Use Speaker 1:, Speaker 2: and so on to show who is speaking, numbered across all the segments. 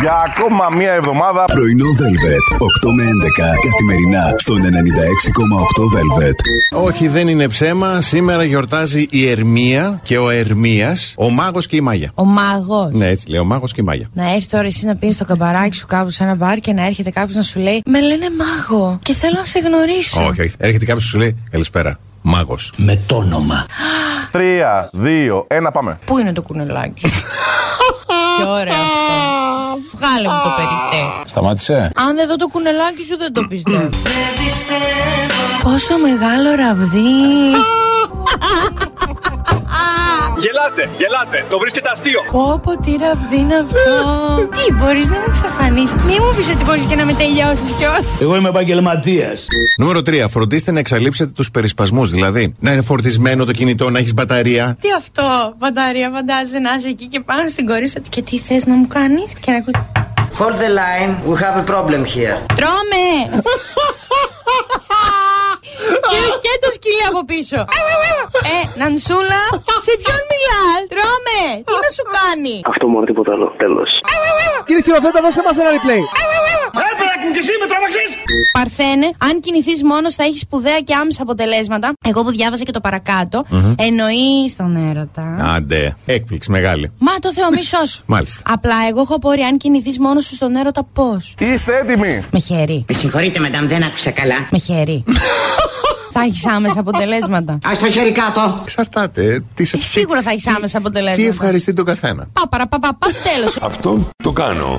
Speaker 1: Για ακόμα μία εβδομάδα.
Speaker 2: Πρωινό Velvet. 8 με 11 καθημερινά στον 96,8 Velvet.
Speaker 3: Όχι, δεν είναι ψέμα. Σήμερα γιορτάζει η Ερμία και ο Ερμίας, ο μάγος και η μάγια.
Speaker 4: Ο μάγος.
Speaker 3: Ναι, έτσι λέει, ο μάγος και η μάγια.
Speaker 4: Να έρθει τώρα εσύ να πει στο καμπαράκι σου κάπου σε ένα μπαρ και να έρχεται κάποιος να σου λέει Με λένε μάγο και θέλω να σε γνωρίσω.
Speaker 3: Όχι, όχι. Έρχεται κάποιος και σου λέει Καλησπέρα. Μάγος.
Speaker 5: Με το όνομα.
Speaker 1: Τρία, δύο, ένα, πάμε.
Speaker 4: Πού είναι το κουνελάκι σου. Τι ωραίο αυτό. Βγάλε μου το περιστέρι.
Speaker 5: Σταμάτησε.
Speaker 4: Αν δεν δω το κουνελάκι σου δεν το πιστεύω. Πόσο μεγάλο ραβδί.
Speaker 6: Γελάτε, γελάτε. Το βρίσκεται αστείο.
Speaker 4: Πω πω τι ραβδί είναι αυτό. Τι μπορείς να με εξαφανίσεις. Μη μου πεις ότι μπορείς και να με τελειώσεις κιόλας.
Speaker 5: Εγώ είμαι επαγγελματίας.
Speaker 3: Νούμερο 3. Φροντίστε να εξαλείψετε τους περισπασμούς. Δηλαδή, να είναι φορτισμένο το κινητό, να έχεις μπαταρία.
Speaker 4: Τι αυτό, Βαντάρια, φαντάζεσαι να είσαι εκεί και πάνω στην κορή σου. Και τι θες να μου κάνεις και να ακούεις.
Speaker 7: Hold the line, we have a problem here.
Speaker 4: Τρώμε! και, και το σκυλί από πίσω. ε, Νανσούλα, σε ποιον μιλάς. Τρώμε, τι να σου κάνει.
Speaker 8: Αυτό μόνο τίποτα άλλο. Τέλος.
Speaker 9: Κύριε σκηνοθέτα, δώσε μας ένα replay.
Speaker 4: Παρθένε, αν κινηθείς μόνος θα έχεις σπουδαία και άμεσα αποτελέσματα. Εγώ που διάβαζα και το παρακατω εννοεί στον έρωτα.
Speaker 3: Άντε. Έκπληξη μεγάλη.
Speaker 4: Μα το Θεό μη σώσου.
Speaker 3: Μάλιστα.
Speaker 4: Απλά εγώ έχω απορία αν κινηθείς μόνος σου στον έρωτα πώς.
Speaker 1: Είστε έτοιμοι.
Speaker 4: Με χέρι.
Speaker 7: Με συγχωρείτε, μαντάμ, δεν άκουσα καλά.
Speaker 4: Με χέρι. θα έχεις άμεσα αποτελέσματα.
Speaker 7: Ας το χέρι κάτω.
Speaker 3: Εξαρτάται. ε, Τι σε
Speaker 4: Σίγουρα θα έχεις άμεσα αποτελέσματα.
Speaker 3: Τι ευχαριστεί τον καθένα.
Speaker 4: Πάπαρα, παπα, πα, τέλος.
Speaker 6: Αυτό το κάνω.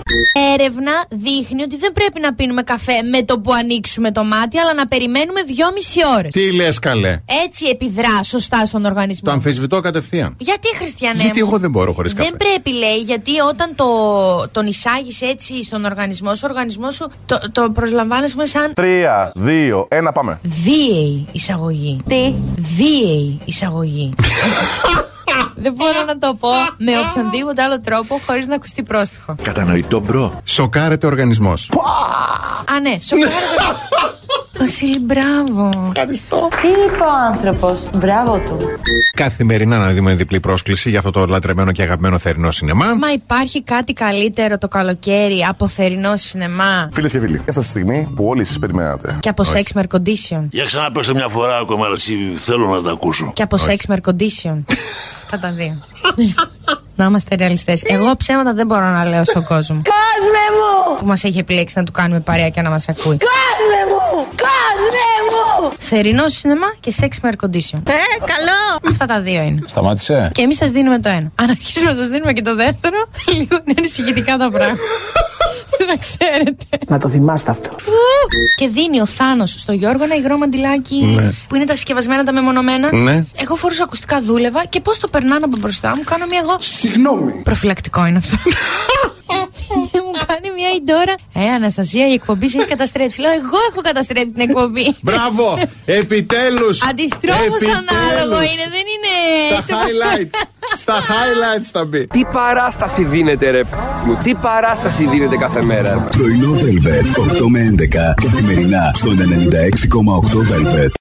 Speaker 4: Έρευνα δείχνει ότι δεν πρέπει να πίνουμε καφέ με το που ανοίξουμε το μάτι, αλλά να περιμένουμε δυόμιση ώρες.
Speaker 3: Τι λες, καλέ.
Speaker 4: Έτσι επιδρά σωστά στον
Speaker 3: Το
Speaker 4: οργανισμό.
Speaker 3: αμφισβητώ κατευθείαν.
Speaker 4: Γιατί, Χριστιανέ.
Speaker 3: Γιατί
Speaker 4: μου?
Speaker 3: εγώ δεν μπορώ χωρίς καφέ.
Speaker 4: Ναι, Δεν πρέπει, λέει, γιατί όταν το, τον εισάγεις έτσι στον οργανισμό σου, ο οργανισμός σου το, το προσλαμβάνεις πούμε, σαν
Speaker 1: Τρία, δύο, ένα, πάμε.
Speaker 4: δίαιη εισαγωγή. Τι? Δίαιη εισαγωγή. Δεν μπορώ να το πω με οποιονδήποτε άλλο τρόπο χωρίς να ακουστεί πρόστιχο.
Speaker 2: Κατανοητό μπρο.
Speaker 3: Σοκάρεται ο οργανισμός.
Speaker 4: Α, ναι, σοκάρδο. Βασίλη, μπράβο.
Speaker 10: Τι είπε ο άνθρωπος, μπράβο του.
Speaker 3: Καθημερινά να δίνουμε διπλή πρόσκληση για αυτό το λατρεμένο και αγαπημένο θερινό σινεμά.
Speaker 4: Μα υπάρχει κάτι καλύτερο το καλοκαίρι από θερινό σινεμά
Speaker 1: Φίλες και φίλοι, έφτασε η στιγμή που όλοι εσεί περιμένατε.
Speaker 4: και από σεξ με air condition.
Speaker 11: Για ξαναπέστε μια φορά ακόμα, εσύ θέλω να τα ακούσω.
Speaker 4: Και από σεξ με air condition. Αυτά τα δύο. Να είμαστε ρεαλιστές. Εγώ ψέματα δεν μπορώ να λέω στον κόσμο.
Speaker 10: Κόσμε μου,
Speaker 4: που μας έχει επιλέξει να του κάνουμε παρέα και να μας ακούει.
Speaker 10: κόσμε μου, κόσμε μου.
Speaker 4: Θερινό σινεμά και σεξ με air condition.
Speaker 10: Ε, καλό.
Speaker 4: Αυτά τα δύο είναι.
Speaker 5: Σταμάτησε.
Speaker 4: Και εμείς σας δίνουμε το ένα. Αν αρχίσουμε να σας δίνουμε και το δεύτερο, λίγο είναι ανησυχητικά τα πράγματα. Να ξέρετε.
Speaker 9: Να το θυμάστε αυτό.
Speaker 4: Και δίνει ο Θάνος στο Γιώργο ένα υγρό μαντιλάκι που είναι τα συσκευασμένα τα μεμονωμένα.
Speaker 3: Ναι.
Speaker 4: Εγώ φορούσα ακουστικά δούλευα και πώς το περνάνε από μπροστά μου, κάνω μια εγώ. Συγγνώμη. Προφυλακτικό είναι αυτό. Και μου κάνει μια ιντόρα. Ε, Αναστασία, η εκπομπή σε έχει καταστρέψει. Λέω, εγώ έχω καταστρέψει την εκπομπή.
Speaker 3: Ε, Μπράβο! Επιτέλους!
Speaker 4: Αντιστρόφως ανάλογο είναι, δεν είναι.
Speaker 3: Στα
Speaker 4: έτσι.
Speaker 3: highlights! Στα highlights θα μπει.
Speaker 6: Τι παράσταση δίνεται, ρε. Μου, τι παράσταση δίνεται κάθε μέρα.
Speaker 2: Πρωινό Velvet. 8 με 11 καθημερινά στον 96,8 Velvet.